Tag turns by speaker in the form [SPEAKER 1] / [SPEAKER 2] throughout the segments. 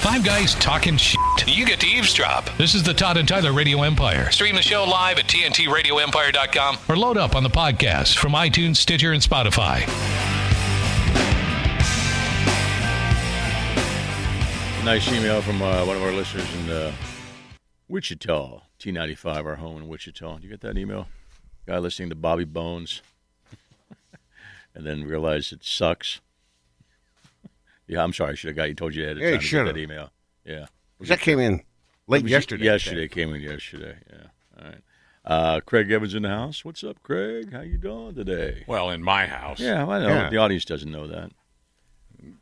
[SPEAKER 1] Five guys talking shit.
[SPEAKER 2] You get to eavesdrop.
[SPEAKER 1] This is the Todd and Tyler Radio Empire.
[SPEAKER 2] Stream the show live at TNTRadioEmpire.com.
[SPEAKER 1] Or load up on the podcast from iTunes, Stitcher, and Spotify.
[SPEAKER 3] Nice email from uh, one of our listeners in uh, Wichita, T95, our home in Wichita. Did you get that email? Guy listening to Bobby Bones and then realized it sucks. Yeah, I'm sorry. I should have got you. Told you ahead of
[SPEAKER 4] Yeah, you
[SPEAKER 3] time to get
[SPEAKER 4] should've.
[SPEAKER 3] that email. Yeah.
[SPEAKER 4] That came in late yesterday. I think.
[SPEAKER 3] Yesterday it came in yesterday. Yeah. All right. Uh, Craig Evans in the house. What's up, Craig? How you doing today?
[SPEAKER 5] Well, in my house.
[SPEAKER 3] Yeah, well, I know.
[SPEAKER 4] Yeah.
[SPEAKER 3] The audience doesn't know that,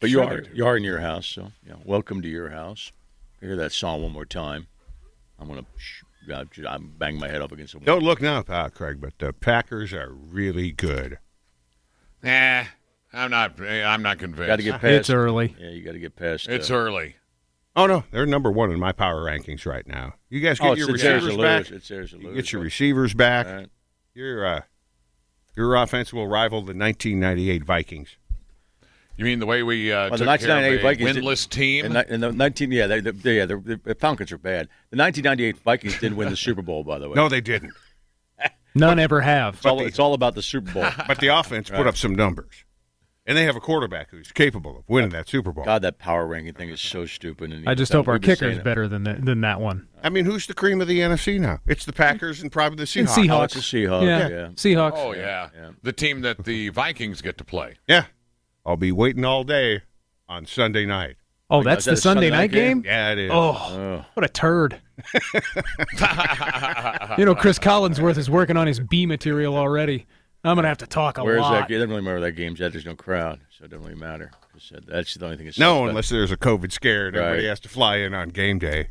[SPEAKER 3] but
[SPEAKER 5] Sure
[SPEAKER 3] you are
[SPEAKER 5] they do.
[SPEAKER 3] you are in your house, so yeah. Welcome to your house. Hear that song one more time. I'm gonna sh- I'm just- I'm bang my head up against the wall.
[SPEAKER 4] Don't look now, uh, Craig, but the Packers are really good.
[SPEAKER 5] Nah, I'm not. eh, I'm not convinced.
[SPEAKER 3] Got to get past.
[SPEAKER 6] It's early.
[SPEAKER 3] Yeah, you got to get past.
[SPEAKER 5] It's
[SPEAKER 3] uh,
[SPEAKER 5] early.
[SPEAKER 4] Oh no, they're number one in my power rankings right now. You guys get
[SPEAKER 3] oh,
[SPEAKER 4] your
[SPEAKER 3] it's theirs to
[SPEAKER 4] receivers
[SPEAKER 3] lose.
[SPEAKER 4] back.
[SPEAKER 3] It's theirs to
[SPEAKER 4] You
[SPEAKER 3] lose.
[SPEAKER 4] get your
[SPEAKER 3] All
[SPEAKER 4] receivers back.
[SPEAKER 3] right.
[SPEAKER 4] Your uh, your offense will rival the 1998 Vikings.
[SPEAKER 5] You mean the way we uh,
[SPEAKER 3] Well, the
[SPEAKER 5] took care
[SPEAKER 3] 1998
[SPEAKER 5] of a
[SPEAKER 3] Vikings did-
[SPEAKER 5] winless team?
[SPEAKER 3] And, ni- and the 19, yeah, they, they, yeah, the, the Falcons are bad. The 1998 Vikings did win the Super Bowl, by the way.
[SPEAKER 4] No, they didn't.
[SPEAKER 6] None ever have.
[SPEAKER 3] it's all, it's all about the Super Bowl.
[SPEAKER 4] But the offense put up some numbers, and they have a quarterback who's capable of winning that Super Bowl.
[SPEAKER 3] God, that power ranking thing is so stupid. And
[SPEAKER 6] I just
[SPEAKER 3] that-
[SPEAKER 6] hope our
[SPEAKER 3] we've been
[SPEAKER 6] kicker
[SPEAKER 3] saying
[SPEAKER 6] is
[SPEAKER 3] it.
[SPEAKER 6] better than that than that one.
[SPEAKER 4] I mean, who's the cream of the NFC now? It's the Packers and probably the
[SPEAKER 6] And
[SPEAKER 4] Seahawks.
[SPEAKER 6] Seahawks.
[SPEAKER 3] Oh, it's the Seahawks,
[SPEAKER 6] Yeah.
[SPEAKER 3] yeah.
[SPEAKER 6] Seahawks.
[SPEAKER 5] oh yeah.
[SPEAKER 3] yeah.
[SPEAKER 5] the team that the Vikings get to play.
[SPEAKER 4] Yeah, I'll be waiting all day on Sunday night.
[SPEAKER 6] Oh, that's
[SPEAKER 3] that
[SPEAKER 6] the
[SPEAKER 3] a Sunday
[SPEAKER 6] Sunday
[SPEAKER 3] night
[SPEAKER 6] night
[SPEAKER 3] game?
[SPEAKER 6] game.
[SPEAKER 4] Yeah, it is.
[SPEAKER 6] Oh,
[SPEAKER 3] Oh,
[SPEAKER 6] what a turd! you know, Chris Collinsworth is working on his B material already. I'm gonna have to talk a
[SPEAKER 3] where is
[SPEAKER 6] lot.
[SPEAKER 3] that? It doesn't really matter where that game's at. There's no crowd, so it doesn't really matter. Just said- That's the only thing. It's
[SPEAKER 4] No, unless there's a COVID scare and everybody
[SPEAKER 3] Right.
[SPEAKER 4] has to fly in on game day.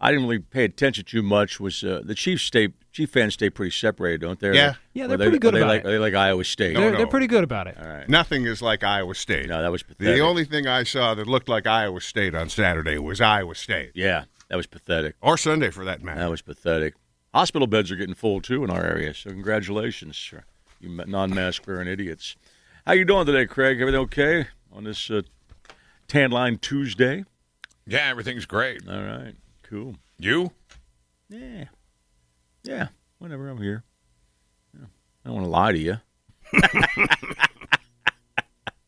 [SPEAKER 3] I didn't really pay attention to much. Was uh, the Chiefs stay? Chief fans stay pretty separated, don't they?
[SPEAKER 4] Yeah.
[SPEAKER 6] Yeah,
[SPEAKER 3] Or
[SPEAKER 6] they're
[SPEAKER 3] they-
[SPEAKER 6] pretty good
[SPEAKER 3] are they
[SPEAKER 6] about
[SPEAKER 3] like,
[SPEAKER 6] it.
[SPEAKER 3] Are they like Iowa State?
[SPEAKER 6] They're,
[SPEAKER 4] no.
[SPEAKER 6] they're pretty good about it.
[SPEAKER 3] All right.
[SPEAKER 4] Nothing is like Iowa State.
[SPEAKER 3] No, that was pathetic.
[SPEAKER 4] the only thing I saw that looked like Iowa State on Saturday was Iowa State,
[SPEAKER 3] Yeah, that was pathetic.
[SPEAKER 4] or Sunday for that matter.
[SPEAKER 3] That was pathetic. Hospital beds are getting full too in our area. So congratulations, sir. you ma- non-mask wearing idiots. How you doing today, Craig? Everything okay on this uh, tan line Tuesday?
[SPEAKER 5] Yeah, everything's great.
[SPEAKER 3] All right, cool.
[SPEAKER 5] You?
[SPEAKER 3] Yeah, yeah. Whatever. I'm here. Yeah. I don't want to lie to you.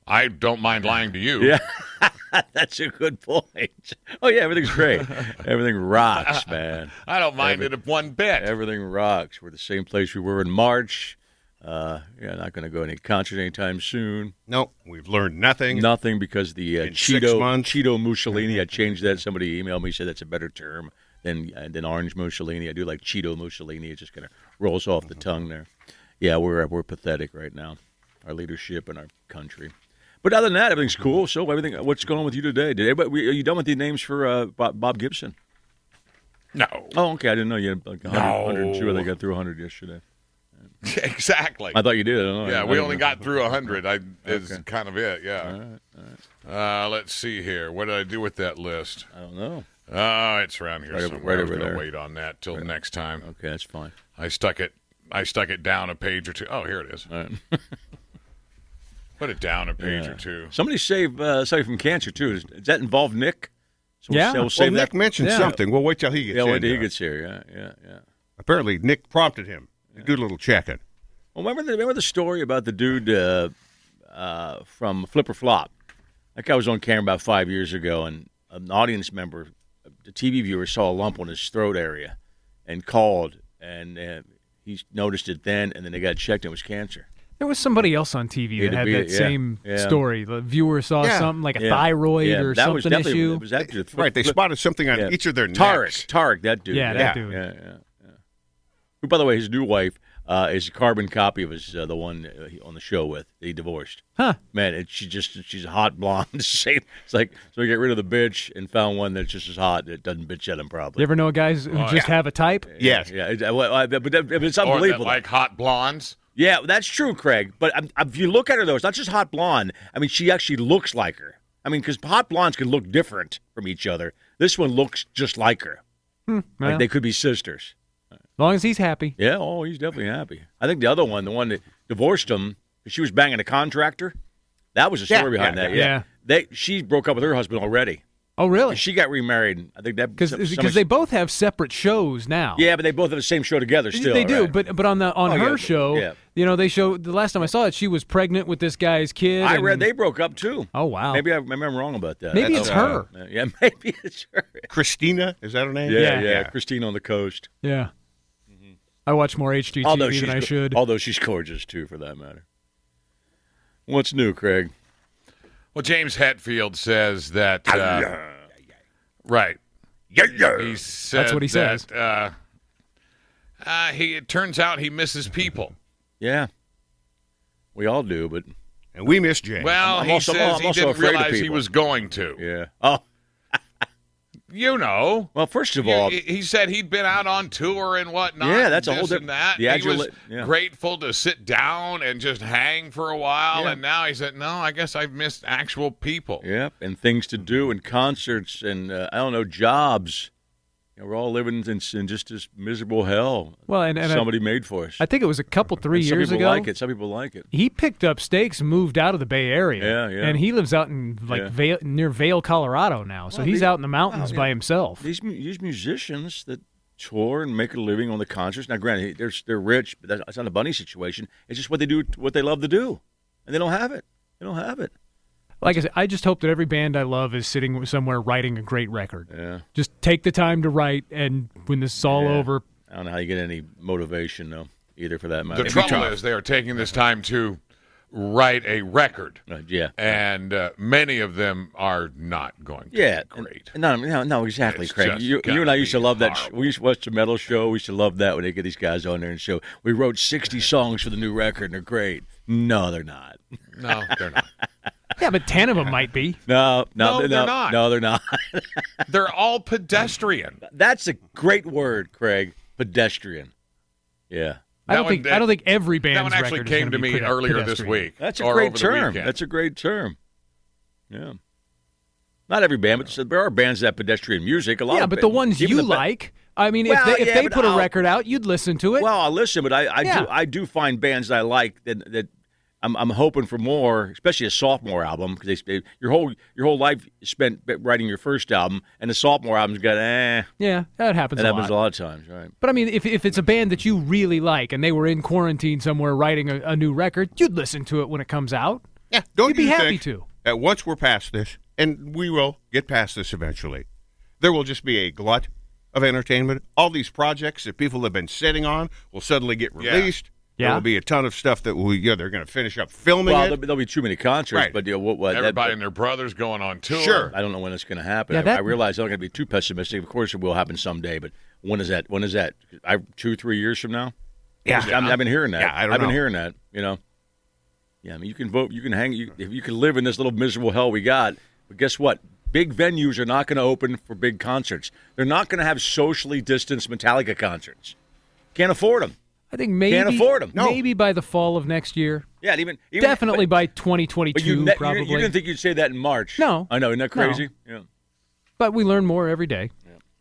[SPEAKER 5] I don't mind lying to you.
[SPEAKER 3] Yeah. That's a good point. Oh yeah, everything's great. Everything rocks, man.
[SPEAKER 5] I don't mind it it one bit.
[SPEAKER 3] Everything rocks. We're the same place we were in March. Uh, yeah, not going to go to any concert anytime soon.
[SPEAKER 4] no, we've learned nothing.
[SPEAKER 3] Nothing because the uh,
[SPEAKER 4] In six
[SPEAKER 3] Cheeto
[SPEAKER 4] months.
[SPEAKER 3] Cheeto Mussolini. I changed that. Somebody emailed me said that's a better term than uh, than Orange Mussolini. I do like Cheeto Mussolini. It just kind of rolls off the
[SPEAKER 5] Mm-hmm.
[SPEAKER 3] tongue there. Yeah, we're we're pathetic right now. Our leadership and our country. But other than that,
[SPEAKER 5] Mm-hmm.
[SPEAKER 3] everything's cool. So everything. uh, What's going on with you today? Did everybody, were- are you done with the names for uh, Bob, Bob Gibson?
[SPEAKER 5] No.
[SPEAKER 3] Oh, okay. I didn't know you had like 100,
[SPEAKER 5] No.
[SPEAKER 3] 102. I think I got through 100 yesterday.
[SPEAKER 5] exactly.
[SPEAKER 3] I thought you did. I don't know.
[SPEAKER 5] Yeah,
[SPEAKER 3] I
[SPEAKER 5] we
[SPEAKER 3] don't
[SPEAKER 5] only
[SPEAKER 3] know.
[SPEAKER 5] got through 100. I is kind of it, yeah. Uh, let's see here. What did I do with that list?
[SPEAKER 3] I don't know.
[SPEAKER 5] Oh, it's around here
[SPEAKER 3] Right over-
[SPEAKER 5] somewhere.
[SPEAKER 3] right
[SPEAKER 5] I was
[SPEAKER 3] over
[SPEAKER 5] gonna
[SPEAKER 3] there.
[SPEAKER 5] wait on that till next time.
[SPEAKER 3] Okay, that's fine.
[SPEAKER 5] I stuck it. I stuck it down a page or two. Oh, here it is.
[SPEAKER 3] All right.
[SPEAKER 5] Put it down a page
[SPEAKER 3] Yeah.
[SPEAKER 5] or two.
[SPEAKER 3] Somebody save uh, somebody from cancer too. Does, does that involve Nick? So
[SPEAKER 6] Yeah.
[SPEAKER 3] We'll, we'll
[SPEAKER 4] well,
[SPEAKER 3] save
[SPEAKER 4] Nick
[SPEAKER 3] that.
[SPEAKER 4] mentioned
[SPEAKER 6] Yeah.
[SPEAKER 4] something. We'll wait till he gets
[SPEAKER 3] yeah,
[SPEAKER 4] in.
[SPEAKER 3] when he
[SPEAKER 4] uh,
[SPEAKER 3] gets here. Yeah, yeah, yeah.
[SPEAKER 4] Apparently, Nick prompted him to do a little checking.
[SPEAKER 3] Well, remember the remember the story about the dude uh, uh, from Flipper Flop. That guy was on camera about five years ago, and an audience member, a TV viewer, saw a lump on his throat area, and called, and uh, he noticed it then, and then they got checked, and it was cancer.
[SPEAKER 6] There was somebody else on TV
[SPEAKER 3] It'd
[SPEAKER 6] that had
[SPEAKER 3] be-
[SPEAKER 6] that
[SPEAKER 3] yeah,
[SPEAKER 6] same
[SPEAKER 3] yeah.
[SPEAKER 6] story. The viewer saw
[SPEAKER 4] Yeah,
[SPEAKER 6] something like a
[SPEAKER 3] Yeah.
[SPEAKER 6] thyroid
[SPEAKER 3] Yeah,
[SPEAKER 6] or
[SPEAKER 3] that was
[SPEAKER 6] something
[SPEAKER 3] definitely,
[SPEAKER 6] issue.
[SPEAKER 3] It was after the
[SPEAKER 4] Right, they
[SPEAKER 3] Flip-
[SPEAKER 4] spotted something on
[SPEAKER 3] Yeah.
[SPEAKER 4] each of their
[SPEAKER 3] Tarek,
[SPEAKER 4] necks.
[SPEAKER 3] Tarek, that dude.
[SPEAKER 6] Yeah,
[SPEAKER 3] yeah,
[SPEAKER 6] that dude.
[SPEAKER 3] Yeah, yeah, yeah. Who, by the way, his new wife uh, is a carbon copy of his uh, the one uh, he, on the show with. He divorced.
[SPEAKER 6] Huh.
[SPEAKER 3] Man, it, she just she's a hot blonde. Same. It's like so we get rid of the bitch and found one that's just as hot that doesn't bitch at him
[SPEAKER 6] You
[SPEAKER 3] probably.
[SPEAKER 6] ever know guys who just have a type?
[SPEAKER 4] Yes.
[SPEAKER 3] Oh, Yeah, it, uh, well, I, but, that, but it's
[SPEAKER 5] Or that,
[SPEAKER 3] unbelievable.
[SPEAKER 5] like hot blondes.
[SPEAKER 3] yeah, that's true, Craig. But um, if you look at her though, it's not just hot blonde. I mean, she actually looks like her. I mean, because hot blondes can look different from each other. This one looks just like her.
[SPEAKER 6] Hmm, Well,
[SPEAKER 3] Like they could be sisters.
[SPEAKER 6] as long as he's happy.
[SPEAKER 3] Yeah, oh, he's definitely happy. I think the other one, the one that divorced him, she was banging a contractor. That was the story
[SPEAKER 4] Yeah,
[SPEAKER 3] behind
[SPEAKER 4] yeah,
[SPEAKER 3] that. Yeah.
[SPEAKER 6] yeah.
[SPEAKER 3] They she broke up with her husband already.
[SPEAKER 6] Oh, really?
[SPEAKER 3] She got remarried. I think that some- some-
[SPEAKER 6] Because they both have separate shows now.
[SPEAKER 3] yeah, but they both have the same show together. Still,
[SPEAKER 6] they do,
[SPEAKER 3] right?
[SPEAKER 6] but but on the on
[SPEAKER 3] Oh, yeah,
[SPEAKER 6] her
[SPEAKER 3] but-
[SPEAKER 6] show,
[SPEAKER 3] yeah.
[SPEAKER 6] you know, they show the last time I saw it, she was pregnant with this guy's kid.
[SPEAKER 3] I
[SPEAKER 6] and-
[SPEAKER 3] read they broke up too.
[SPEAKER 6] Oh wow,
[SPEAKER 3] Maybe I maybe I'm wrong about that.
[SPEAKER 6] Maybe
[SPEAKER 3] That's-
[SPEAKER 6] it's her.
[SPEAKER 3] uh, yeah, maybe it's her.
[SPEAKER 4] Christina, is that her name?
[SPEAKER 3] Yeah, yeah,
[SPEAKER 6] Yeah.
[SPEAKER 3] Christine on the coast.
[SPEAKER 6] yeah. I watch more HGTV
[SPEAKER 3] Mm-hmm. Although she's oh,
[SPEAKER 6] than I
[SPEAKER 3] go-
[SPEAKER 6] should.
[SPEAKER 3] although she's gorgeous too, for that matter. What's new, Craig?
[SPEAKER 5] Well, James Hetfield says that. Uh, right. He said
[SPEAKER 6] That's what he
[SPEAKER 5] that,
[SPEAKER 6] says.
[SPEAKER 5] Uh, uh, he, it turns out he misses people.
[SPEAKER 3] Yeah, we all do, but
[SPEAKER 4] And we miss James.
[SPEAKER 5] Well,
[SPEAKER 3] I'm
[SPEAKER 5] he
[SPEAKER 3] also-
[SPEAKER 5] says
[SPEAKER 3] I'm
[SPEAKER 5] he
[SPEAKER 3] also
[SPEAKER 5] didn't
[SPEAKER 3] afraid of
[SPEAKER 5] realize he
[SPEAKER 3] people.
[SPEAKER 5] was going to.
[SPEAKER 3] yeah. Oh,
[SPEAKER 5] You know.
[SPEAKER 3] well, first of
[SPEAKER 5] You-
[SPEAKER 3] all,
[SPEAKER 5] he- he said he'd been out on tour and whatnot.
[SPEAKER 3] Yeah, that's a
[SPEAKER 5] this
[SPEAKER 3] whole diff-
[SPEAKER 5] and that.
[SPEAKER 3] the
[SPEAKER 5] he
[SPEAKER 3] adula-
[SPEAKER 5] was
[SPEAKER 3] yeah.
[SPEAKER 5] grateful to sit down and just hang for a while,
[SPEAKER 3] Yeah.
[SPEAKER 5] and now he said, "No, I guess I've missed actual people."
[SPEAKER 3] Yep, and things to do and concerts and uh, I don't know jobs. You know, we're all living in, in just this miserable hell.
[SPEAKER 6] well, and, and I-
[SPEAKER 3] somebody made for us.
[SPEAKER 6] I, think it was a couple three
[SPEAKER 3] some
[SPEAKER 6] years
[SPEAKER 3] people
[SPEAKER 6] ago.
[SPEAKER 3] like it. Some people like it.
[SPEAKER 6] He picked up stakes, moved out of the Bay Area,
[SPEAKER 3] Yeah, yeah.
[SPEAKER 6] and he lives out in like
[SPEAKER 3] Yeah.
[SPEAKER 6] Vail, near Vail, Colorado now. So
[SPEAKER 3] Well,
[SPEAKER 6] he's
[SPEAKER 3] the- Oh,
[SPEAKER 6] out in the mountains by himself.
[SPEAKER 3] These mu- these musicians that tour and make a living on the concerts. Now, granted, they're they're rich, but that's, that's not a bunny situation. It's just what they do, what they love to do, and they don't have it. They don't have it.
[SPEAKER 6] like I said, I just hope that every band I love is sitting somewhere writing a great record.
[SPEAKER 3] Yeah,
[SPEAKER 6] Just take the time to write, and when this is all
[SPEAKER 3] Yeah.
[SPEAKER 6] over,
[SPEAKER 3] I don't know how you get any motivation though, either for that matter.
[SPEAKER 5] The trouble is, they are taking this time to write a record,
[SPEAKER 3] Uh, yeah,
[SPEAKER 5] and uh, many of them are not going. to
[SPEAKER 3] Yeah,
[SPEAKER 5] be
[SPEAKER 3] and-
[SPEAKER 5] great.
[SPEAKER 3] No, no, no, exactly,
[SPEAKER 5] It's
[SPEAKER 3] Craig.
[SPEAKER 5] just
[SPEAKER 3] You, you and
[SPEAKER 5] gotta
[SPEAKER 3] I used to
[SPEAKER 5] be
[SPEAKER 3] love that. Sh-
[SPEAKER 5] horrible.
[SPEAKER 3] we used to watch the metal show. We used to love that when they get these guys on there and show. We wrote sixty songs for the new record, and they're great. No, they're not.
[SPEAKER 5] No, they're not.
[SPEAKER 6] yeah, but ten of them might be.
[SPEAKER 3] No,
[SPEAKER 5] No,
[SPEAKER 3] no,
[SPEAKER 5] they're not.
[SPEAKER 3] No, they're not.
[SPEAKER 5] They're all pedestrian.
[SPEAKER 3] That's a great word, Craig. Pedestrian. Yeah,
[SPEAKER 6] I
[SPEAKER 5] That
[SPEAKER 6] don't
[SPEAKER 5] one
[SPEAKER 6] think
[SPEAKER 5] did-
[SPEAKER 6] I don't think every band's
[SPEAKER 5] That one actually
[SPEAKER 6] record is
[SPEAKER 5] came
[SPEAKER 6] gonna
[SPEAKER 5] to
[SPEAKER 6] be
[SPEAKER 5] me
[SPEAKER 6] pred-
[SPEAKER 5] earlier this
[SPEAKER 6] pedestrian.
[SPEAKER 5] week.
[SPEAKER 3] that's a
[SPEAKER 5] or
[SPEAKER 3] great
[SPEAKER 5] over the
[SPEAKER 3] term.
[SPEAKER 5] weekend.
[SPEAKER 3] That's a great term. Yeah. Not every band, but there are bands that have pedestrian music. A lot.
[SPEAKER 6] Yeah,
[SPEAKER 3] of
[SPEAKER 6] but
[SPEAKER 3] ba-
[SPEAKER 6] the ones
[SPEAKER 3] even
[SPEAKER 6] you
[SPEAKER 3] the ba-
[SPEAKER 6] like, I mean,
[SPEAKER 3] Well,
[SPEAKER 6] if they if
[SPEAKER 3] yeah,
[SPEAKER 6] they
[SPEAKER 3] but
[SPEAKER 6] put a
[SPEAKER 3] I'll-
[SPEAKER 6] record out, you'd listen to it.
[SPEAKER 3] Well, I listen, but I, I
[SPEAKER 6] Yeah.
[SPEAKER 3] do I do find bands that I like that that I'm, I'm hoping for more, especially a sophomore album because they, they- your whole your whole life is spent writing your first album, and the sophomore album's got eh.
[SPEAKER 6] yeah, that happens.
[SPEAKER 3] That
[SPEAKER 6] a
[SPEAKER 3] happens
[SPEAKER 6] lot.
[SPEAKER 3] a lot of times, right?
[SPEAKER 6] But I mean, if, if it's a band that you really like and they were in quarantine somewhere writing a, a new record, you'd listen to it when it comes out.
[SPEAKER 4] Yeah, don't
[SPEAKER 6] You'd be
[SPEAKER 4] you
[SPEAKER 6] happy
[SPEAKER 4] think
[SPEAKER 6] to.
[SPEAKER 4] That once we're past this, and we will get past this eventually, there will just be a glut of entertainment. All these projects that people have been sitting on will suddenly get
[SPEAKER 5] Yeah.
[SPEAKER 4] released.
[SPEAKER 6] Yeah.
[SPEAKER 4] There will be a ton of stuff that we, yeah, they're going to finish up filming
[SPEAKER 3] Well,
[SPEAKER 4] it.
[SPEAKER 3] there'll, be- there'll be too many concerts,
[SPEAKER 4] Right.
[SPEAKER 3] but you know, what, what, uh, that-
[SPEAKER 5] Everybody and their brothers going on tour.
[SPEAKER 4] Sure.
[SPEAKER 3] I don't know when it's going to happen.
[SPEAKER 6] Yeah,
[SPEAKER 3] I-
[SPEAKER 6] that-
[SPEAKER 3] I realize I'm going to be too pessimistic. Of course, it will happen someday, but when is that? When is that? I two, three years from now.
[SPEAKER 4] Yeah.
[SPEAKER 3] I'm, I've been hearing that.
[SPEAKER 4] Yeah, I don't
[SPEAKER 3] have
[SPEAKER 4] know.
[SPEAKER 3] been hearing that. You know. Yeah, I mean, you can vote. You can hang. You, if you can live in this little miserable hell we got, but guess what? Big venues are not going to open for big concerts. They're not going to have socially distanced Metallica concerts. Can't afford them.
[SPEAKER 6] I think maybe
[SPEAKER 3] afford 'em. No.
[SPEAKER 6] Maybe by the fall of next year,
[SPEAKER 3] Yeah, and even, even
[SPEAKER 6] definitely
[SPEAKER 3] But,
[SPEAKER 6] by
[SPEAKER 3] but
[SPEAKER 6] 2022,
[SPEAKER 3] you, ne- you-
[SPEAKER 6] probably.
[SPEAKER 3] you didn't think you'd say that in March.
[SPEAKER 6] No.
[SPEAKER 3] I know. Isn't that
[SPEAKER 6] No.
[SPEAKER 3] crazy? Yeah.
[SPEAKER 6] but we learn more every day.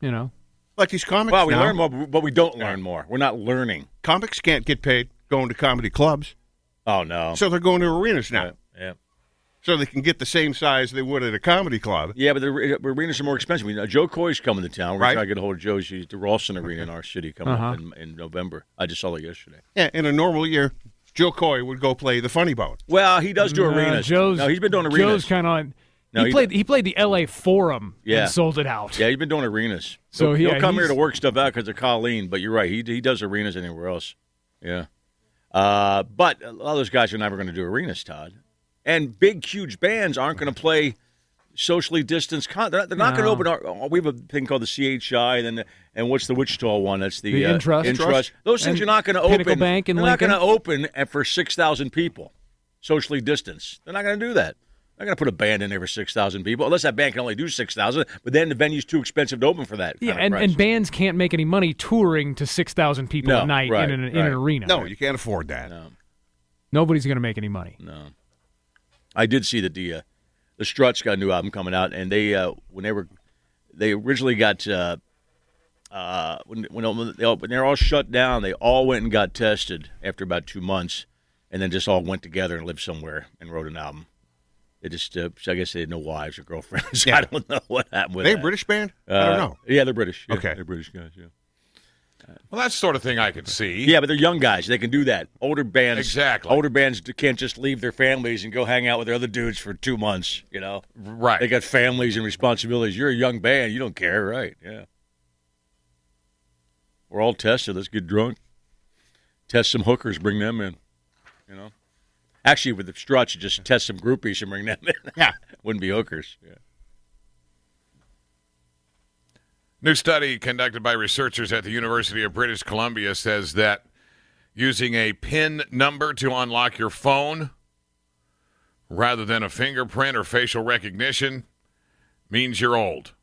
[SPEAKER 6] You know,
[SPEAKER 4] like these comics
[SPEAKER 3] Well, we
[SPEAKER 4] now.
[SPEAKER 3] learn more, but we- but we don't learn more. We're not learning.
[SPEAKER 4] Comics can't get paid going to comedy clubs,
[SPEAKER 3] Oh no.
[SPEAKER 4] so they're going to arenas now.
[SPEAKER 3] yeah.
[SPEAKER 4] So they can get the same size they would at a comedy club.
[SPEAKER 3] Yeah, but the re- arenas are more expensive. We know Joe Coy's coming to town. We're
[SPEAKER 4] Right.
[SPEAKER 3] trying to get a hold of Joe. She's the Ralston Arena in our city coming up in, in November. I just saw it yesterday.
[SPEAKER 4] Yeah, in a normal year, Joe Coy would go play the funny bone.
[SPEAKER 3] Well, he does do
[SPEAKER 6] Uh,
[SPEAKER 3] arenas.
[SPEAKER 6] Joe's
[SPEAKER 3] no, he's been doing arenas.
[SPEAKER 6] Joe's kind of.
[SPEAKER 3] No,
[SPEAKER 6] he
[SPEAKER 3] he-
[SPEAKER 6] played. He played the L.A. Forum
[SPEAKER 3] Yeah.
[SPEAKER 6] and sold it out.
[SPEAKER 3] yeah, he's been doing arenas.
[SPEAKER 6] So
[SPEAKER 3] he'll,
[SPEAKER 6] he-
[SPEAKER 3] he'll come here
[SPEAKER 6] he's-
[SPEAKER 3] to work stuff out because of Colleen. But you're right. He he does arenas anywhere else. Yeah. Uh, but a lot of those guys are never going to do arenas, Todd. And big, huge bands aren't going to play socially distanced. Con- they're not, they're
[SPEAKER 6] No.
[SPEAKER 3] not going to open. Our, uh, we have a thing called the CHI, and then the, and what's the Wichita one? That's the,
[SPEAKER 6] The
[SPEAKER 3] uh,
[SPEAKER 6] Intrust.
[SPEAKER 3] Intrust. Those things
[SPEAKER 6] And
[SPEAKER 3] are not going to
[SPEAKER 6] Pinnacle
[SPEAKER 3] open.
[SPEAKER 6] Bank in
[SPEAKER 3] they're not
[SPEAKER 6] Lincoln.
[SPEAKER 3] going to open at- for six thousand people, socially distanced. They're not going to do that. They're going to put a band in there for six thousand people, unless that band can only do six thousand. But then the venue's too expensive to open for that.
[SPEAKER 6] Yeah,
[SPEAKER 3] kind of
[SPEAKER 6] and,
[SPEAKER 3] price.
[SPEAKER 6] and bands can't make any money touring to six thousand people
[SPEAKER 3] No,
[SPEAKER 6] a night
[SPEAKER 3] right,
[SPEAKER 6] in, an, in
[SPEAKER 3] right.
[SPEAKER 6] an arena.
[SPEAKER 4] No, you can't afford that.
[SPEAKER 6] nobody's going to make any money.
[SPEAKER 3] No, I did see that the uh, the Struts got a new album coming out, and they uh, when they were they originally got uh, uh, when when they all, when they're all shut down, they all went and got tested after about two months, and then just all went together and lived somewhere and wrote an album. They just, uh, I guess they had no wives or girlfriends. I don't know what happened with
[SPEAKER 4] they a
[SPEAKER 3] that.
[SPEAKER 4] British band? I
[SPEAKER 3] Uh,
[SPEAKER 4] don't know.
[SPEAKER 3] Yeah, they're British. Yeah,
[SPEAKER 4] Okay.
[SPEAKER 3] they're British guys. Yeah.
[SPEAKER 5] Well, that's the sort of thing I could see.
[SPEAKER 3] Yeah, but they're young guys. They can do that. Older bands,
[SPEAKER 5] Exactly.
[SPEAKER 3] Older bands d- can't just leave their families and go hang out with their other dudes for two months. You know,
[SPEAKER 5] Right.
[SPEAKER 3] they got families and responsibilities. You're a young band. You don't care, right? Yeah. We're all tested. Let's get drunk. Test some hookers. Bring them in. You know. Actually, with the struts, you just test some groupies and bring them in.
[SPEAKER 4] Yeah.
[SPEAKER 3] Wouldn't be hookers. Yeah.
[SPEAKER 5] New study conducted by researchers at the University of British Columbia says that using a PIN number to unlock your phone rather than a fingerprint or facial recognition means you're old.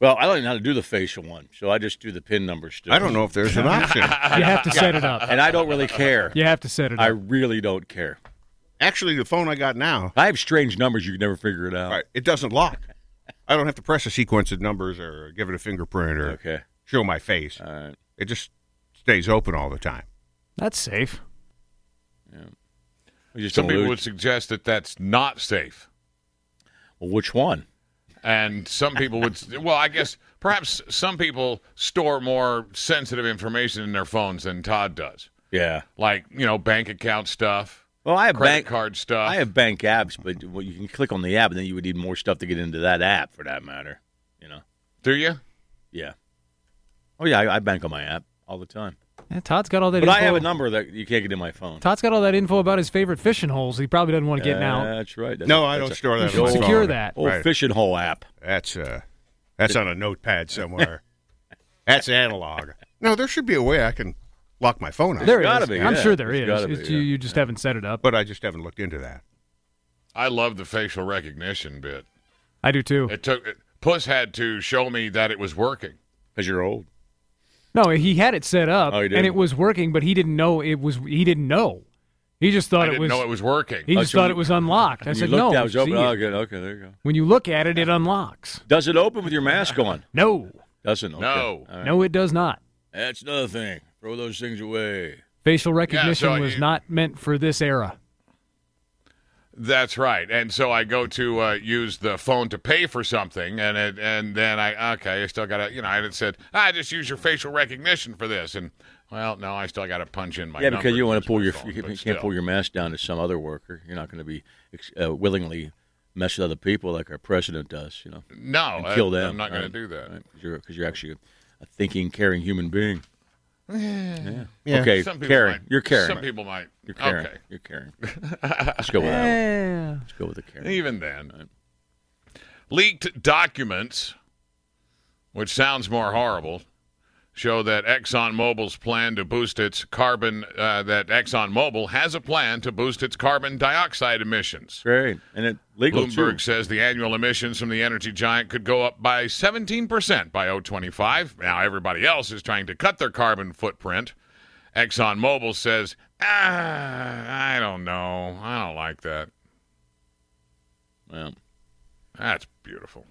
[SPEAKER 3] Well, I don't know how to do the facial one, so I just do the pin number still.
[SPEAKER 4] I don't know if there's an option.
[SPEAKER 6] You have to set it up.
[SPEAKER 3] and I don't really care.
[SPEAKER 6] You have to set it
[SPEAKER 3] I
[SPEAKER 6] up.
[SPEAKER 3] really don't care.
[SPEAKER 4] Actually, the phone I got now,
[SPEAKER 3] I have strange numbers. You can never figure it
[SPEAKER 5] Oh.
[SPEAKER 3] out.
[SPEAKER 4] right, it doesn't lock. I don't have to press a sequence of numbers or give it a fingerprint or
[SPEAKER 3] Okay.
[SPEAKER 4] show my
[SPEAKER 5] Oh.
[SPEAKER 4] face.
[SPEAKER 3] All right.
[SPEAKER 4] It just stays open all the time.
[SPEAKER 6] That's safe.
[SPEAKER 3] We just
[SPEAKER 5] Some
[SPEAKER 3] don't
[SPEAKER 5] people would
[SPEAKER 3] lose-
[SPEAKER 5] suggest that that's not safe.
[SPEAKER 3] Well, which one?
[SPEAKER 5] And some people would, well, I guess perhaps some people store more sensitive information in their phones than Todd does,
[SPEAKER 3] Yeah.
[SPEAKER 5] like, you know, bank account stuff,
[SPEAKER 3] Well, I have
[SPEAKER 5] credit
[SPEAKER 3] bank
[SPEAKER 5] card stuff.
[SPEAKER 3] I have bank apps, but well, you can click on the app, and then you would need more stuff to get into that app, for that matter. You know.
[SPEAKER 5] Do you?
[SPEAKER 3] Yeah. Oh yeah, I, I bank on my app all the time,
[SPEAKER 6] Yeah, Todd's got all that
[SPEAKER 3] but
[SPEAKER 6] info.
[SPEAKER 3] I have a number that you can't get in my phone.
[SPEAKER 6] Todd's got all that info about his favorite fishing holes. He probably doesn't want to get
[SPEAKER 3] Uh,
[SPEAKER 6] now.
[SPEAKER 3] That's right. That's
[SPEAKER 4] No,
[SPEAKER 3] a-
[SPEAKER 4] I
[SPEAKER 3] that's
[SPEAKER 4] don't
[SPEAKER 3] a
[SPEAKER 4] store that.
[SPEAKER 6] You
[SPEAKER 4] in my
[SPEAKER 6] should
[SPEAKER 4] phone.
[SPEAKER 6] secure that.
[SPEAKER 3] Old
[SPEAKER 4] Right.
[SPEAKER 3] fishing hole app.
[SPEAKER 4] That's uh, that's on a notepad somewhere. that's analog. No, there should be a way I can lock my phone out,
[SPEAKER 6] There it
[SPEAKER 3] gotta
[SPEAKER 6] is.
[SPEAKER 3] be,
[SPEAKER 6] I'm
[SPEAKER 3] yeah.
[SPEAKER 6] sure there
[SPEAKER 3] It's
[SPEAKER 6] is.
[SPEAKER 3] gotta be,
[SPEAKER 6] It's you,
[SPEAKER 3] yeah.
[SPEAKER 6] you just haven't set it up.
[SPEAKER 4] but I just haven't looked into that.
[SPEAKER 5] I love the facial recognition bit.
[SPEAKER 6] I do too.
[SPEAKER 5] It took Puss had to show me that it was working.
[SPEAKER 3] Because you're old.
[SPEAKER 6] No, he had it set up
[SPEAKER 3] Oh, he did?
[SPEAKER 6] and it was working, but he didn't know it was. He didn't know. He just
[SPEAKER 5] I
[SPEAKER 6] thought
[SPEAKER 5] didn't
[SPEAKER 6] it was.
[SPEAKER 5] know it was working.
[SPEAKER 6] He just
[SPEAKER 3] so
[SPEAKER 6] thought
[SPEAKER 3] you-
[SPEAKER 6] it was unlocked. I
[SPEAKER 3] you
[SPEAKER 6] said
[SPEAKER 3] looked
[SPEAKER 6] no.
[SPEAKER 3] down, it was open.
[SPEAKER 6] see
[SPEAKER 3] Oh,
[SPEAKER 6] it.
[SPEAKER 3] good. Okay, there you go.
[SPEAKER 6] When you look at it, it unlocks.
[SPEAKER 3] Does it open with your mask on?
[SPEAKER 6] No,
[SPEAKER 3] Doesn't. Okay.
[SPEAKER 5] No.
[SPEAKER 3] All right.
[SPEAKER 6] no, it does not.
[SPEAKER 3] That's another thing. Throw those things away.
[SPEAKER 6] Facial recognition
[SPEAKER 5] so
[SPEAKER 6] was
[SPEAKER 5] you-
[SPEAKER 6] not meant for this era.
[SPEAKER 5] That's right. And so I go to uh, use the phone to pay for something, and it, and then I okay, I still got to you know, and it said I just use your facial recognition for this, and well, no, I still got to punch in my
[SPEAKER 3] Yeah, because you want to
[SPEAKER 5] numbers into
[SPEAKER 3] pull
[SPEAKER 5] my
[SPEAKER 3] your
[SPEAKER 5] phone,
[SPEAKER 3] you
[SPEAKER 5] but
[SPEAKER 3] can't
[SPEAKER 5] still.
[SPEAKER 3] pull your mask down to some other worker. You're not going to be ex- uh, willingly mess with other people like our president does. You know,
[SPEAKER 5] no,
[SPEAKER 3] and
[SPEAKER 5] I,
[SPEAKER 3] kill them.
[SPEAKER 5] I'm not going
[SPEAKER 3] right?
[SPEAKER 5] to do that.
[SPEAKER 3] right? 'Cause you're because you're actually a thinking, caring human being. Yeah.
[SPEAKER 4] Yeah.
[SPEAKER 3] Okay,
[SPEAKER 5] Some people
[SPEAKER 3] caring.
[SPEAKER 5] might-
[SPEAKER 3] You're caring.
[SPEAKER 5] Some people might.
[SPEAKER 3] You're caring.
[SPEAKER 5] Okay.
[SPEAKER 3] You're caring. Let's go with that. One.
[SPEAKER 6] Yeah.
[SPEAKER 3] Let's go with the caring.
[SPEAKER 5] Even then, uh, leaked documents, which sounds more horrible, show that ExxonMobil's plan to boost its carbon uh, that ExxonMobil has a plan to boost its carbon dioxide emissions.
[SPEAKER 3] Great. And it legal
[SPEAKER 5] Bloomberg
[SPEAKER 3] too.
[SPEAKER 5] says the annual emissions from the energy giant could go up by 17% by 025. Now everybody else is trying to cut their carbon footprint. ExxonMobil says, ah, I don't know. I don't like that.
[SPEAKER 3] Well,
[SPEAKER 5] That's beautiful.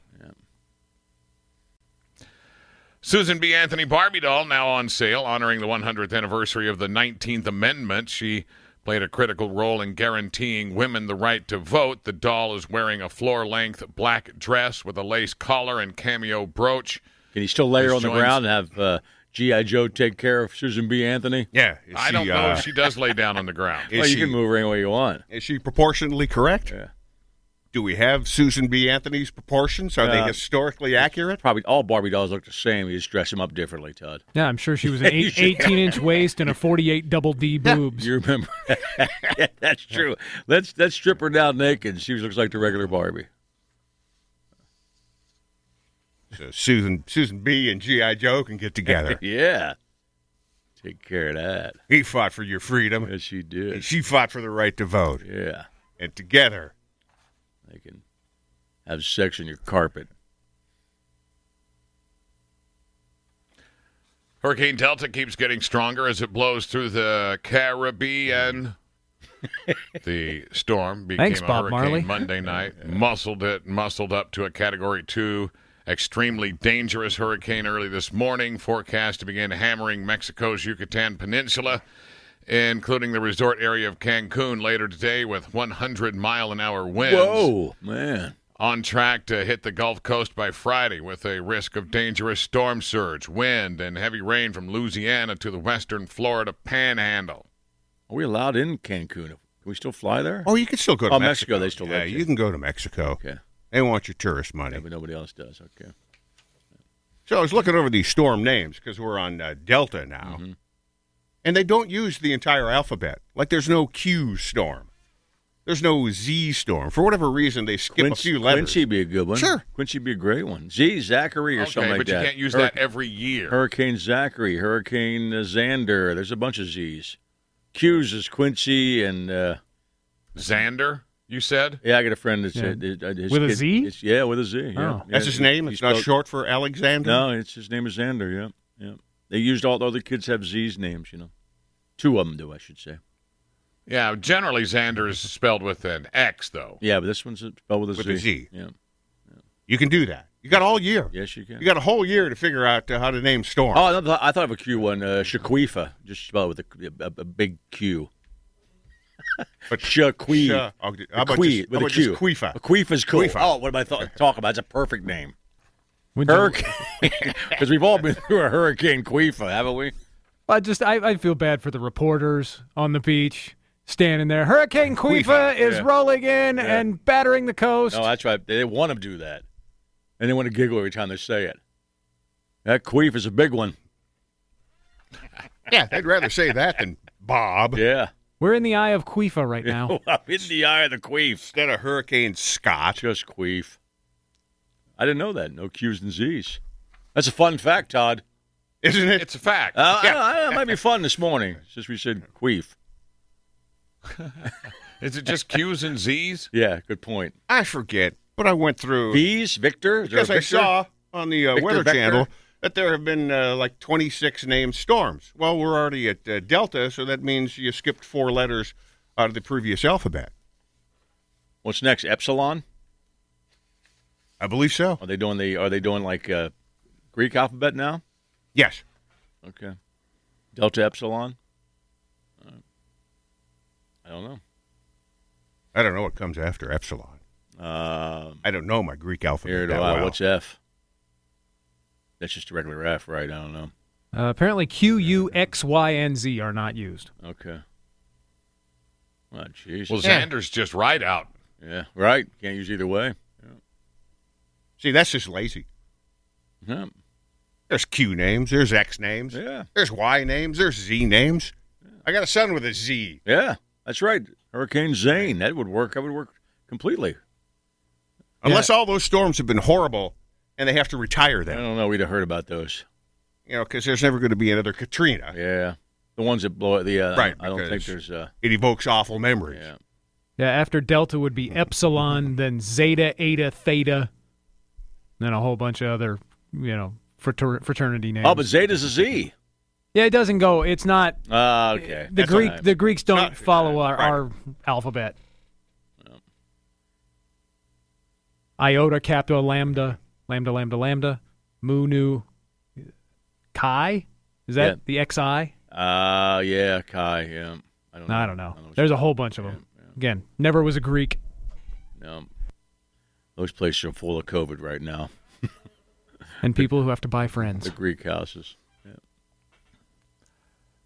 [SPEAKER 5] Susan B. Anthony Barbie doll now on sale, honoring the 100th anniversary of the 19th Amendment. She played a critical role in guaranteeing women the right to vote. The doll is wearing a floor length black dress with a lace collar and cameo brooch.
[SPEAKER 3] can you still lay her
[SPEAKER 5] This
[SPEAKER 3] on the
[SPEAKER 5] joins-
[SPEAKER 3] ground and have uh, GI Joe take care of Susan B. Anthony?
[SPEAKER 4] Yeah, is
[SPEAKER 5] I
[SPEAKER 4] she,
[SPEAKER 5] don't know
[SPEAKER 4] uh,
[SPEAKER 5] if she does lay down on the ground.
[SPEAKER 4] Is
[SPEAKER 3] well, you
[SPEAKER 4] she-
[SPEAKER 3] can move her any way you want.
[SPEAKER 4] uh, Is she proportionally correct?
[SPEAKER 3] Yeah.
[SPEAKER 4] Do we have Susan B. Anthony's proportions? Are they
[SPEAKER 3] Uh,
[SPEAKER 4] historically accurate?
[SPEAKER 3] Probably all Barbie dolls look the same. You just dress them up differently, Todd.
[SPEAKER 6] Yeah, I'm sure she was an eight, 18 inch waist and a 48 double D boobs.
[SPEAKER 3] You remember? yeah, that's true. Let's let's strip her down naked. and She looks like the regular Barbie.
[SPEAKER 4] So Susan Susan B. and G.I. Joe can get together.
[SPEAKER 3] Yeah. Take care of that.
[SPEAKER 4] he fought for your freedom.
[SPEAKER 3] Yes, she
[SPEAKER 4] And
[SPEAKER 3] did.
[SPEAKER 4] she fought for the right to vote.
[SPEAKER 3] Yeah.
[SPEAKER 4] And together,
[SPEAKER 3] They can have sex on your carpet.
[SPEAKER 5] Hurricane Delta keeps getting stronger as it blows through the Caribbean. the storm became
[SPEAKER 6] Thanks,
[SPEAKER 5] a
[SPEAKER 6] Bob
[SPEAKER 5] hurricane
[SPEAKER 6] Marley.
[SPEAKER 5] Monday night, muscled it, muscled up to a Category 2 extremely dangerous hurricane early this morning, forecast to begin hammering Mexico's Yucatan Peninsula including the resort area of Cancun later today with 100 mile an hour winds.
[SPEAKER 3] Whoa, man.
[SPEAKER 5] On track to hit the Gulf Coast by Friday with a risk of dangerous storm surge, wind, and heavy rain from Louisiana to the western Florida panhandle.
[SPEAKER 3] Are we allowed in Cancun? Can we still fly there?
[SPEAKER 4] Oh, you can still go to
[SPEAKER 3] Oh, Mexico,
[SPEAKER 4] Mexico.
[SPEAKER 3] they still
[SPEAKER 4] yeah,
[SPEAKER 3] let you.
[SPEAKER 4] you can go to Mexico.
[SPEAKER 3] Okay.
[SPEAKER 4] They want your tourist money.
[SPEAKER 3] Yeah, but nobody else does. Okay.
[SPEAKER 4] So I was looking over these storm names because we're on uh, Delta now.
[SPEAKER 3] Mm-hmm.
[SPEAKER 4] And they don't use the entire alphabet. Like there's no Q storm, there's no Z storm. For whatever reason, they skip a few letters.
[SPEAKER 3] Quincy be a good one.
[SPEAKER 4] Sure.
[SPEAKER 3] Quincy be a great one. Z, Zachary, or
[SPEAKER 5] okay,
[SPEAKER 3] something like
[SPEAKER 5] but
[SPEAKER 3] that.
[SPEAKER 5] you can't use
[SPEAKER 3] Hurri-
[SPEAKER 5] that every year.
[SPEAKER 3] Hurricane Zachary, Hurricane uh, Xander. There's a bunch of Z's. Q's is Quincy, and uh,
[SPEAKER 5] Xander, you said?
[SPEAKER 3] yeah, I got a friend that's uh,
[SPEAKER 6] Yeah.
[SPEAKER 3] uh, his
[SPEAKER 6] With a
[SPEAKER 3] kid-
[SPEAKER 6] Z?
[SPEAKER 3] it's- yeah, with a Z. Yeah.
[SPEAKER 6] Oh.
[SPEAKER 3] Yeah,
[SPEAKER 4] That's his
[SPEAKER 3] he-
[SPEAKER 4] name.
[SPEAKER 3] he
[SPEAKER 4] It's not
[SPEAKER 3] spelled-
[SPEAKER 4] short for Alexander.
[SPEAKER 3] No, it's his name is Xander. Yeah, yeah. They used all the other kids have Z's names. You know, two of them do, I should say.
[SPEAKER 5] Yeah, generally Xander is spelled with an X, though.
[SPEAKER 3] Yeah, but this one's spelled with a
[SPEAKER 4] With
[SPEAKER 3] Z.
[SPEAKER 4] a Z.
[SPEAKER 3] Yeah.
[SPEAKER 4] You can do that. You got all year.
[SPEAKER 3] Yes, you can.
[SPEAKER 4] You got a whole year to figure out uh, how to name storm.
[SPEAKER 3] Oh, I thought, I thought of a Q one. Uh, Shaquifa, just spelled with a, a, a big Q.
[SPEAKER 4] But-
[SPEAKER 3] Shaqui.
[SPEAKER 4] Sh- uh, how
[SPEAKER 3] A
[SPEAKER 4] about
[SPEAKER 3] que-
[SPEAKER 4] just,
[SPEAKER 3] with a
[SPEAKER 4] how about
[SPEAKER 3] Q.
[SPEAKER 4] just Quifa?
[SPEAKER 3] A queef is cool.
[SPEAKER 4] Queefa.
[SPEAKER 3] Oh, what am I th- talking about? It's a perfect name.
[SPEAKER 6] When did-
[SPEAKER 3] Hurricane. Because we've all been through a hurricane Queefa, haven't we?
[SPEAKER 6] I just I, I feel bad for the reporters on the beach standing there. Hurricane Quifa is rolling in and battering the coast.
[SPEAKER 3] No, that's right. They want to do that. And they want to giggle every time they say it. That Queef is a big one.
[SPEAKER 4] Yeah, they'd rather say that than Bob
[SPEAKER 3] Yeah.
[SPEAKER 6] We're in the eye of Quifa right now.
[SPEAKER 3] I'm in the eye of the Queef.
[SPEAKER 4] instead of Hurricane Scott.
[SPEAKER 3] Just Queef. I didn't know that. No Q's and Z's. That's a fun fact, Todd.
[SPEAKER 4] Isn't it?
[SPEAKER 5] It's a fact.
[SPEAKER 3] Uh, I, I, it might be fun this morning since we said Queef.
[SPEAKER 5] is it just Q's and Z's?
[SPEAKER 3] Yeah, good point.
[SPEAKER 4] I forget, but I went through.
[SPEAKER 3] V's, Victor. Is there a
[SPEAKER 4] Because I
[SPEAKER 3] Victor?
[SPEAKER 4] saw on the uh,
[SPEAKER 3] Victor
[SPEAKER 4] Weather
[SPEAKER 3] Vector?
[SPEAKER 4] Channel that there have been uh, like 26 named storms. Well, we're already at uh, Delta, so that means you skipped four letters out of the previous alphabet.
[SPEAKER 3] What's next? Epsilon?
[SPEAKER 4] I believe so.
[SPEAKER 3] Are they doing the? Are they doing like uh, Greek alphabet now?
[SPEAKER 4] Yes.
[SPEAKER 3] Okay. Delta epsilon. Uh, I don't know.
[SPEAKER 4] I don't know what comes after epsilon.
[SPEAKER 3] Um,
[SPEAKER 4] I don't know my Greek alphabet.
[SPEAKER 3] here do
[SPEAKER 4] that
[SPEAKER 3] I.
[SPEAKER 4] well.
[SPEAKER 3] What's F? That's just a regular F, right? I don't know.
[SPEAKER 6] Uh, apparently Q U X Y and Z are not used.
[SPEAKER 3] Okay. Oh, jeez.
[SPEAKER 5] Well, Xander's just right out.
[SPEAKER 3] yeah, right. Can't use either way.
[SPEAKER 4] See, that's just lazy.
[SPEAKER 3] Yeah.
[SPEAKER 4] There's Q names. There's X names.
[SPEAKER 3] Yeah.
[SPEAKER 4] There's Y names. There's Z names. I got a son with a Z.
[SPEAKER 3] Yeah, that's right. Hurricane Zane. That would work. That would work completely.
[SPEAKER 4] Unless all those storms have been horrible and they have to retire
[SPEAKER 3] I
[SPEAKER 4] them,
[SPEAKER 3] don't know. We'd have heard about those.
[SPEAKER 4] you know, because there's never going to be another Katrina.
[SPEAKER 3] Yeah. The ones that blow the. Uh,
[SPEAKER 4] Right,
[SPEAKER 3] I don't think
[SPEAKER 4] because-
[SPEAKER 3] there's. Uh,
[SPEAKER 4] It evokes awful memories.
[SPEAKER 3] yeah.
[SPEAKER 6] Yeah, after Delta would be Epsilon, then Zeta, Eta, Theta, then a whole bunch of other, you know, frater- fraternity names.
[SPEAKER 3] Oh, but Zeta's a Z.
[SPEAKER 6] yeah, it doesn't go. It's not
[SPEAKER 3] Ah, okay.
[SPEAKER 6] the
[SPEAKER 3] That's
[SPEAKER 6] Greek.
[SPEAKER 3] all right.
[SPEAKER 6] The Greeks don't
[SPEAKER 4] Not-
[SPEAKER 6] follow our,
[SPEAKER 4] right.
[SPEAKER 6] our alphabet. Iota, Kappa, Lambda, Lambda, Lambda, Lambda, Mu, Nu, Chi. Is that the XI?
[SPEAKER 3] Ah, yeah, Kai. Yeah, I don't.
[SPEAKER 6] No,
[SPEAKER 3] Know.
[SPEAKER 6] I don't know.
[SPEAKER 3] what
[SPEAKER 6] There's a whole bunch of them. Again, never was a Greek.
[SPEAKER 3] you- No. Those places are full of COVID right now.
[SPEAKER 6] And people who have to buy friends.
[SPEAKER 3] The Greek houses.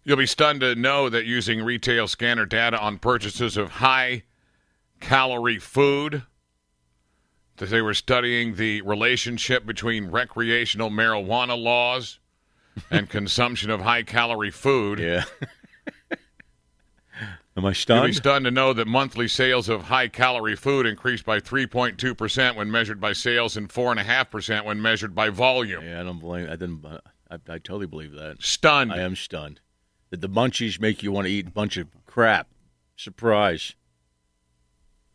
[SPEAKER 5] You'll be stunned to know that using retail scanner data on purchases of high calorie food, that they were studying the relationship between recreational marijuana laws and consumption of high calorie food.
[SPEAKER 3] Yeah. Am I
[SPEAKER 5] You'll be
[SPEAKER 3] stunned?
[SPEAKER 5] stunned to know that monthly sales of high calorie food increased by 3.2% when measured by sales and 4.5% when measured by volume.
[SPEAKER 3] yeah, I don't blame. I didn't. I, I totally believe that.
[SPEAKER 5] Stunned.
[SPEAKER 3] I am stunned. That the munchies make you want to eat a bunch of crap. Surprise.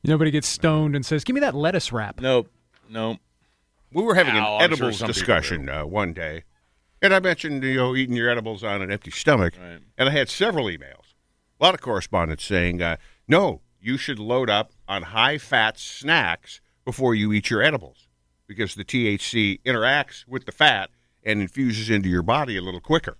[SPEAKER 6] Nobody gets stoned and says, "Give me that lettuce wrap."
[SPEAKER 3] Nope. Nope.
[SPEAKER 4] We were having
[SPEAKER 3] oh,
[SPEAKER 5] Ow,
[SPEAKER 4] an
[SPEAKER 5] I'm sure
[SPEAKER 4] edibles
[SPEAKER 5] some people
[SPEAKER 4] discussion uh, one day, and I mentioned you know eating your edibles on an empty stomach,
[SPEAKER 3] Right.
[SPEAKER 4] and I had several emails, a lot of correspondence saying, uh, "No, you should load up on high-fat snacks before you eat your edibles, because the THC interacts with the fat and infuses into your body a little quicker."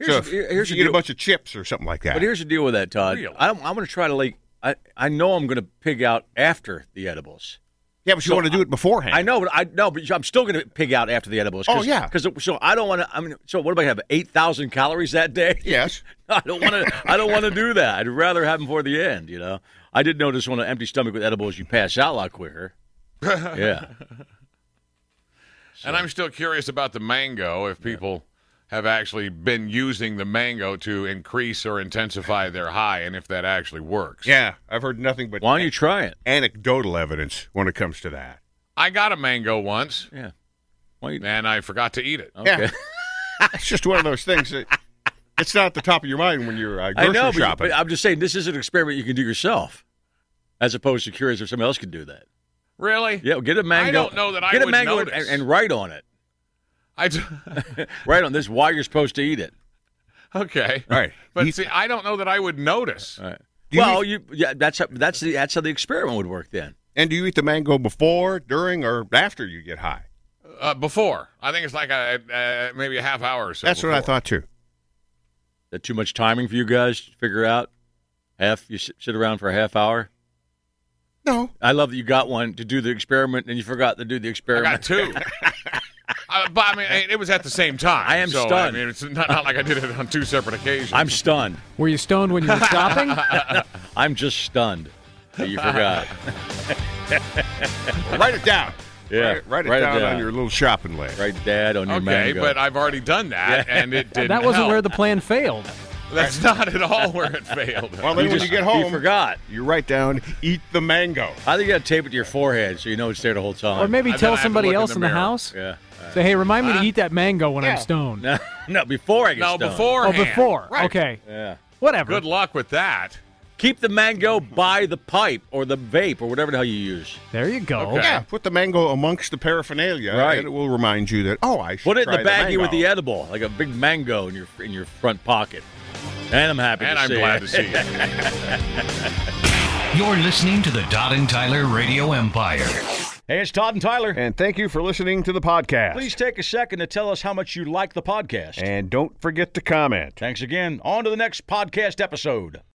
[SPEAKER 3] Here's,
[SPEAKER 4] So
[SPEAKER 3] the-
[SPEAKER 4] if
[SPEAKER 3] here-
[SPEAKER 4] if
[SPEAKER 3] here's the
[SPEAKER 4] you get
[SPEAKER 3] deal-
[SPEAKER 4] a bunch of chips or something like that.
[SPEAKER 3] But here's the deal with that, Todd.
[SPEAKER 5] Really?
[SPEAKER 3] I'm, I'm going to try to like. I, I know I'm going to pig out after the edibles.
[SPEAKER 4] yeah, but you
[SPEAKER 3] so
[SPEAKER 4] want to do it beforehand.
[SPEAKER 3] I know, but I no, but I'm still going to pig out after the edibles.
[SPEAKER 4] Oh, yeah.
[SPEAKER 3] because so I don't want to. I mean, so what do I have? Eight thousand calories that day?
[SPEAKER 4] Yes.
[SPEAKER 3] I don't want to. I don't want to do that. I'd rather have them for the end. You know, I did notice on an empty stomach with edibles, you pass out a lot quicker. Yeah,
[SPEAKER 5] And I'm still curious about the mango if people have actually been using the mango to increase or intensify their high and if that actually works.
[SPEAKER 4] Yeah, I've heard nothing but
[SPEAKER 3] why don't you try it?
[SPEAKER 4] anecdotal evidence when it comes to that.
[SPEAKER 5] I got a mango once
[SPEAKER 3] Yeah, why don't you?
[SPEAKER 5] and I forgot to eat it.
[SPEAKER 3] Okay.
[SPEAKER 4] Yeah. It's just one of those things that it's not at the top of your mind when you're uh,
[SPEAKER 3] I
[SPEAKER 4] grocery
[SPEAKER 3] know, but,
[SPEAKER 4] shopping.
[SPEAKER 3] but I'm just saying this is an experiment you can do yourself, as opposed to curious if somebody else can do that.
[SPEAKER 5] Really?
[SPEAKER 3] Yeah, well, get a mango.
[SPEAKER 5] don't know that I
[SPEAKER 3] get a
[SPEAKER 5] would
[SPEAKER 3] mango and,
[SPEAKER 5] notice.
[SPEAKER 3] and, write on it.
[SPEAKER 5] I d-
[SPEAKER 3] Write on this why you're supposed to eat it.
[SPEAKER 5] okay.
[SPEAKER 4] Right.
[SPEAKER 5] But
[SPEAKER 4] You-
[SPEAKER 5] see, I don't know that I would
[SPEAKER 3] Uh.
[SPEAKER 5] notice.
[SPEAKER 4] Do you
[SPEAKER 3] well, you, yeah, that's how, that's the, that's how the experiment would work then.
[SPEAKER 4] and do you eat the mango before, during, or after you get high?
[SPEAKER 5] Uh, before, I think it's like a, uh, maybe a half hour or so.
[SPEAKER 4] That's what I
[SPEAKER 5] before.
[SPEAKER 4] thought too.
[SPEAKER 3] That too much timing for you guys to figure out. Half you s- sit around for a half hour.
[SPEAKER 4] No,
[SPEAKER 3] I love that you got one to do the experiment and you forgot to do the
[SPEAKER 5] I
[SPEAKER 3] experiment.
[SPEAKER 5] got two. Uh, but I mean, it was at the same time.
[SPEAKER 3] I am
[SPEAKER 5] so,
[SPEAKER 3] stunned.
[SPEAKER 5] I mean, it's not, not like I did it on two separate occasions.
[SPEAKER 3] I'm stunned.
[SPEAKER 6] Were you stoned when you were stopping?
[SPEAKER 3] I'm just stunned that you forgot.
[SPEAKER 4] write it down.
[SPEAKER 3] Yeah,
[SPEAKER 4] write, it- write it,
[SPEAKER 3] write it
[SPEAKER 4] down
[SPEAKER 3] down.
[SPEAKER 4] on your little shopping list.
[SPEAKER 3] Right, Dad, on your
[SPEAKER 5] okay,
[SPEAKER 3] mango.
[SPEAKER 5] but uh, I've already done that, and it didn't.
[SPEAKER 6] that wasn't
[SPEAKER 5] help.
[SPEAKER 6] where the plan failed.
[SPEAKER 5] That's not at all where it failed.
[SPEAKER 4] Well, then
[SPEAKER 3] You
[SPEAKER 4] when
[SPEAKER 3] just-
[SPEAKER 4] you get home,
[SPEAKER 3] you forgot.
[SPEAKER 4] You write down, eat the mango.
[SPEAKER 3] I think you got to tape it to your forehead so you know it's there the whole time.
[SPEAKER 6] Or maybe
[SPEAKER 5] I bet I
[SPEAKER 6] tell
[SPEAKER 5] have to
[SPEAKER 6] somebody
[SPEAKER 5] look in
[SPEAKER 6] else
[SPEAKER 5] the
[SPEAKER 6] in the,
[SPEAKER 5] mirror.
[SPEAKER 6] house.
[SPEAKER 3] Yeah.
[SPEAKER 6] Say, hey, remind me to eat that mango when
[SPEAKER 4] Yeah.
[SPEAKER 6] I'm stoned.
[SPEAKER 3] No, no, before I get
[SPEAKER 5] no,
[SPEAKER 3] stoned.
[SPEAKER 6] Oh,
[SPEAKER 5] beforehand.
[SPEAKER 6] before.
[SPEAKER 4] Right.
[SPEAKER 6] Okay.
[SPEAKER 3] Yeah.
[SPEAKER 6] Whatever.
[SPEAKER 5] Good luck with that.
[SPEAKER 3] Keep the mango by the pipe or the vape or whatever the hell you use.
[SPEAKER 6] There you go.
[SPEAKER 5] Okay.
[SPEAKER 4] Yeah, put the mango amongst the paraphernalia,
[SPEAKER 3] Right.
[SPEAKER 4] and it will remind you that oh, I should
[SPEAKER 3] Put it in
[SPEAKER 4] try
[SPEAKER 3] the baggie
[SPEAKER 4] mango.
[SPEAKER 3] with the edible, like a big mango in your in your front pocket. And I'm happy.
[SPEAKER 5] And
[SPEAKER 3] to
[SPEAKER 5] I'm
[SPEAKER 3] see
[SPEAKER 5] glad
[SPEAKER 3] it.
[SPEAKER 5] to see you.
[SPEAKER 1] You're listening to the Todd and Tyler Radio Empire.
[SPEAKER 3] Hey, it's Todd and Tyler.
[SPEAKER 4] And thank you for listening to the podcast.
[SPEAKER 3] Please take a second to tell us how much you like the podcast.
[SPEAKER 4] and don't forget to comment.
[SPEAKER 3] Thanks again. On to the next podcast episode.